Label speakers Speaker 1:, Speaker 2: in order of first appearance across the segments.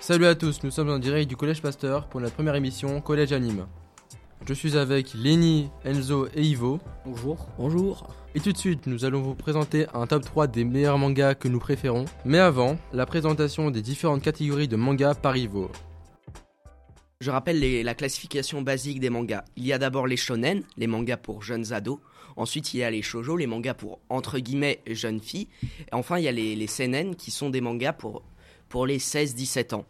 Speaker 1: Salut à tous, nous sommes en direct du Collège Pasteur pour notre première émission Collège Anime. Je suis avec Lenny, Enzo et Ivo.
Speaker 2: Bonjour.
Speaker 3: Bonjour.
Speaker 1: Et tout de suite, nous allons vous présenter un top 3 des meilleurs mangas que nous préférons. Mais avant, la présentation des différentes catégories de mangas par Ivo.
Speaker 2: Je rappelle les- la classification basique des mangas. Il y a d'abord les shonen, les mangas pour jeunes ados. Ensuite, il y a les shoujo, les mangas pour entre guillemets jeunes filles. Et enfin, il y a les, les seinen qui sont des mangas pour, pour les 16-17 ans.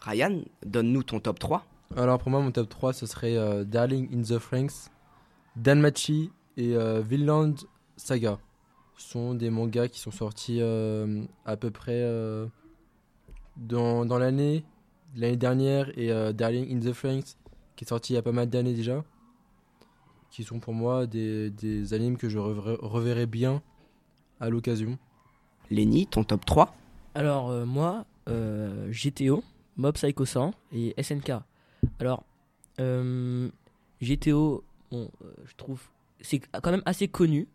Speaker 2: Ryan, donne-nous ton top 3.
Speaker 1: Alors pour moi, mon top 3, ce serait euh, Darling in the Franks, Danmachi et euh, Vinland Saga. Ce sont des mangas qui sont sortis euh, à peu près euh, dans, dans l'année, l'année dernière, et euh, Darling in the Franks, qui est sorti il y a pas mal d'années déjà, qui sont pour moi des, des animes que je reverrai, reverrai bien à l'occasion.
Speaker 2: Lenny, ton top 3.
Speaker 3: Alors euh, moi, euh, GTO, Mob Psycho 100 et SNK. Alors euh, GTO, bon, euh, je trouve c'est quand même assez connu,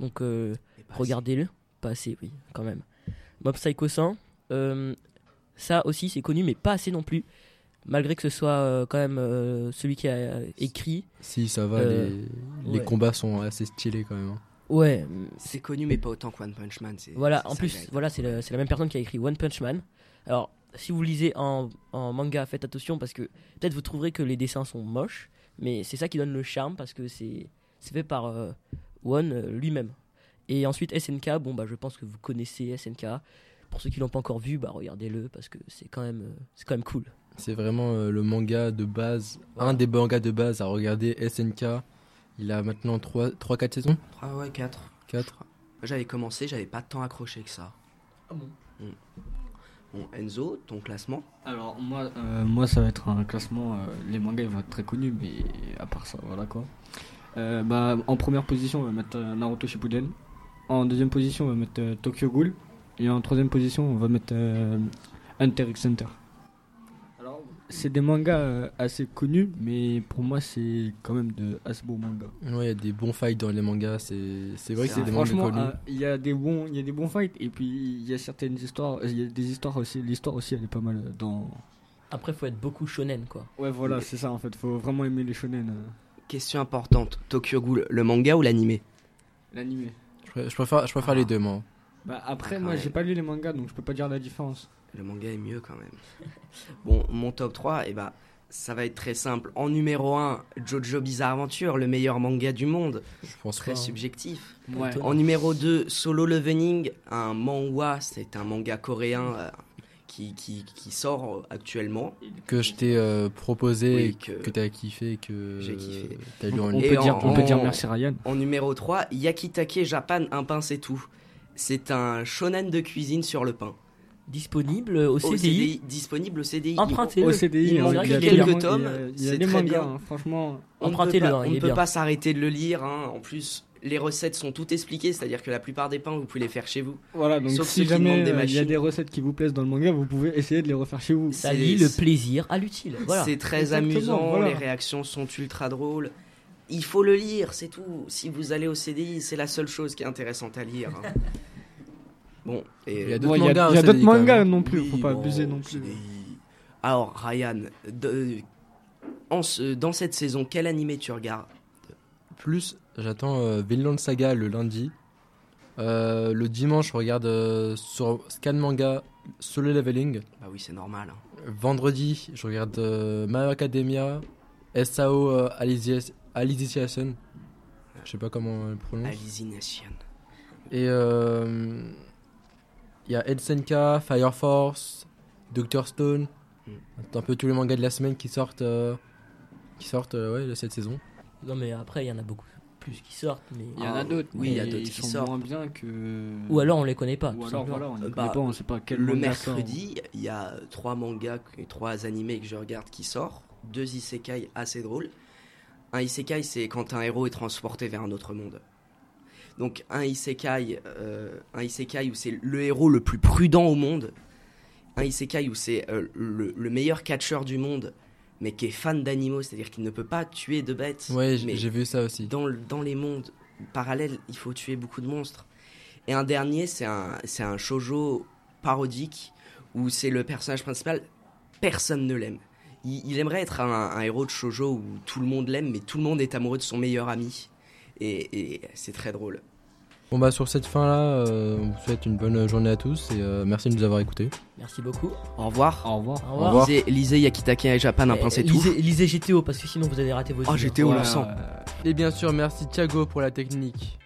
Speaker 3: donc euh, regardez-le. Pas assez, oui, quand même. Mob Psycho 100, euh, ça aussi c'est connu, mais pas assez non plus. Malgré que ce soit euh, quand même euh, celui qui a euh, écrit.
Speaker 1: Si ça va,
Speaker 3: Euh,
Speaker 1: les, les
Speaker 3: ouais.
Speaker 1: combats sont assez stylés quand même. hein.
Speaker 3: Ouais,
Speaker 2: C'est connu, mais pas autant que One Punch Man. c'est-
Speaker 3: Voilà,
Speaker 2: c'est
Speaker 3: en
Speaker 2: ça,
Speaker 3: plus,
Speaker 2: Ryan.
Speaker 3: voilà, c'est la, c'est la même personne qui a écrit One Punch Man. Alors, si vous lisez en, en manga, faites attention parce que peut-être vous trouverez que les dessins sont moches, mais c'est ça qui donne le charme parce que c'est c'est fait par euh, One euh, lui-même. Et ensuite, SNK, bon, bah, je pense que vous connaissez SNK. Pour ceux qui l'ont pas encore vu, bah, regardez-le parce que c'est quand, même, euh, c'est quand même cool.
Speaker 1: C'est vraiment euh, le manga de base,
Speaker 3: Voilà.
Speaker 1: un des mangas de base à regarder, SNK. Il a maintenant 3-4 saisons
Speaker 2: Trois, Ah ouais, 4.
Speaker 1: 4
Speaker 2: J'avais commencé, j'avais pas tant accroché que ça.
Speaker 3: Ah bon
Speaker 2: Mm. Bon, Enzo, ton classement
Speaker 4: Alors moi, euh, moi ça va être un classement. euh, les mangas ils vont être très connus, mais à part ça, voilà quoi. Euh, bah, en première position, on va mettre euh, Naruto Shippuden. En deuxième position, on va mettre euh, Tokyo Ghoul. Et en troisième position, on va mettre euh, Hunter x Hunter. Alors, c'est des mangas euh, assez connus, mais pour moi, c'est quand même de assez beaux mangas.
Speaker 1: Ouais, il y a des bons fights dans les mangas, c'est c'est vrai que
Speaker 2: C'est
Speaker 1: c'est des mangas
Speaker 4: Franchement,
Speaker 1: connus.
Speaker 4: euh, il y a des bons, il y a des bons fights, et puis il y a certaines histoires, euh, il y a des histoires aussi. L'histoire aussi, elle est pas mal euh, dans.
Speaker 3: Après, faut être beaucoup shonen, quoi.
Speaker 4: Ouais, voilà, c'est ça en fait. Faut vraiment aimer les shonen. euh.
Speaker 2: Question importante, Tokyo Ghoul, le manga ou l'animé
Speaker 4: L'animé.
Speaker 1: Je, pré- je préfère, je préfère les deux, moi.
Speaker 4: Bah après,
Speaker 2: Ah
Speaker 4: moi
Speaker 2: ouais.
Speaker 4: j'ai pas lu les mangas donc je peux pas dire la différence.
Speaker 2: Le manga est mieux quand même. bon, mon top 3, et bah, ça va être très simple. En numéro 1, Jojo Bizarre Adventure, le meilleur manga du monde,
Speaker 1: Je pense
Speaker 2: très
Speaker 1: pas, hein.
Speaker 2: subjectif.
Speaker 4: Ouais.
Speaker 2: En numéro 2, Solo Leveling, un manhwa, c'est un manga coréen euh, qui, qui, qui sort actuellement.
Speaker 1: que je t'ai euh, proposé,
Speaker 2: Oui, que-
Speaker 1: que,
Speaker 4: euh,
Speaker 1: t'as kiffé, que
Speaker 2: J'ai kiffé.
Speaker 1: t'as lu en
Speaker 4: On
Speaker 1: ligne.
Speaker 2: Et
Speaker 4: peut, dire,
Speaker 2: en-
Speaker 4: on peut
Speaker 2: en-
Speaker 4: dire merci Ryan.
Speaker 2: En numéro 3, Yakitake Japan, un pain c'est tout. C'est un shonen de cuisine sur le pain.
Speaker 3: Disponible au
Speaker 2: Au
Speaker 3: CDI,
Speaker 2: CDI, disponible au CDI.
Speaker 3: empruntez-le.
Speaker 4: Au CDI,
Speaker 3: Il
Speaker 4: hein,
Speaker 3: manque
Speaker 4: il y a
Speaker 3: quelques
Speaker 4: clairement-
Speaker 2: tomes,
Speaker 4: il y a- il y a
Speaker 2: c'est
Speaker 4: des
Speaker 2: très
Speaker 4: mangas,
Speaker 2: bien.
Speaker 4: hein, franchement.
Speaker 2: On ne peut
Speaker 3: Empruntez-le,
Speaker 2: pas-
Speaker 3: hein,
Speaker 2: on
Speaker 3: il
Speaker 2: ne
Speaker 3: est
Speaker 2: peut
Speaker 3: bien.
Speaker 2: pas s'arrêter de le lire. hein. En plus, les recettes sont toutes expliquées, c'est-à-dire que la plupart des pains, vous pouvez les faire chez vous.
Speaker 4: Voilà, donc
Speaker 2: Sauf ceux
Speaker 4: si
Speaker 2: qui
Speaker 4: jamais
Speaker 2: demandent des
Speaker 4: euh, il y a
Speaker 2: machines.
Speaker 4: des recettes qui vous plaisent dans le manga, vous pouvez essayer de les refaire chez vous.
Speaker 3: Ça
Speaker 2: C'est-
Speaker 3: lie le
Speaker 2: c'est-
Speaker 3: plaisir à l'utile. Voilà.
Speaker 2: C'est très
Speaker 4: Exactement,
Speaker 2: amusant,
Speaker 4: voilà.
Speaker 2: les réactions sont ultra drôles. Il faut le lire, c'est tout. Si vous allez au CDI, c'est la seule chose qui est intéressante à lire. hein. bon, et...
Speaker 1: Il y a
Speaker 4: euh, Ouais,
Speaker 1: d'autres
Speaker 4: Il y a-
Speaker 1: mangas,
Speaker 4: il y a
Speaker 1: hein,
Speaker 4: d'autres
Speaker 1: CDI, quand
Speaker 4: mangas
Speaker 1: même.
Speaker 4: non plus,
Speaker 2: Oui,
Speaker 4: faut pas
Speaker 2: bon,
Speaker 4: abuser non plus.
Speaker 2: CDI. Alors, Ryan, de- en ce- dans cette saison, quel animé tu regardes
Speaker 1: Plus, j'attends euh, Vinland Saga le lundi. Euh, le dimanche, je regarde euh, sur Scan Manga Solo Leveling.
Speaker 2: Bah oui, c'est normal. hein.
Speaker 1: Vendredi, je regarde euh, My Hero Academia, SAO euh, Alicia- Alicization. Je sais pas comment on le prononce.
Speaker 2: Alizination.
Speaker 1: Et euh, il y a SNK, Fire Force, Doctor Stone.
Speaker 2: Mm.
Speaker 1: C'est un peu tous les mangas de la semaine qui sortent, euh, qui sortent euh, ouais, de cette saison.
Speaker 3: Non mais après il y en a beaucoup plus qui sortent mais
Speaker 4: Il y en a d'autres,
Speaker 2: oui, il y a
Speaker 4: mais
Speaker 2: d'autres
Speaker 4: ils
Speaker 2: qui
Speaker 4: sont
Speaker 2: sortent.
Speaker 4: moins bien que.
Speaker 3: ou alors on les connaît pas.
Speaker 4: Mm. Ou
Speaker 3: tout
Speaker 4: alors
Speaker 3: simplement.
Speaker 4: voilà, on ne
Speaker 2: Euh,
Speaker 4: connaît
Speaker 2: bah,
Speaker 4: pas, on sait pas quel
Speaker 2: le
Speaker 4: manga sort.
Speaker 2: mercredi, il y a trois mangas, que- trois animés que je regarde qui sortent, deux isekai assez drôles. Un isekai, c'est quand un héros est transporté vers un autre monde. Donc un isekai, euh, un isekai où c'est le héros le plus prudent au monde, un isekai où c'est euh, le, le meilleur catcheur du monde, mais qui est fan d'animaux, c'est-à-dire qu'il ne peut pas tuer de bêtes.
Speaker 1: Ouais, j-
Speaker 2: mais
Speaker 1: j'ai vu ça aussi.
Speaker 2: dans, le- dans les mondes parallèles, il faut tuer beaucoup de monstres. Et un dernier, c'est un, c'est un shoujo parodique où c'est le personnage principal personne ne l'aime. Il, il aimerait être un, un héros de shoujo où tout le monde l'aime, mais tout le monde est amoureux de son meilleur ami. Et, et c'est très drôle.
Speaker 1: Bon bah sur cette fin là, on vous souhaite une bonne journée à tous et euh, merci de nous avoir écoutés.
Speaker 3: Merci beaucoup.
Speaker 2: Au revoir.
Speaker 4: Au revoir.
Speaker 3: Au revoir.
Speaker 1: revoir.
Speaker 2: Lisez, lisez Yakitake et Japan, un
Speaker 3: Eh,
Speaker 2: prince et tout.
Speaker 3: lisez, lisez GTO parce que sinon vous allez rater vos
Speaker 2: Oh,
Speaker 3: idées.
Speaker 2: GTO,
Speaker 4: Voilà,
Speaker 2: l'encens.
Speaker 4: euh,
Speaker 1: Et bien sûr merci Thiago pour la technique.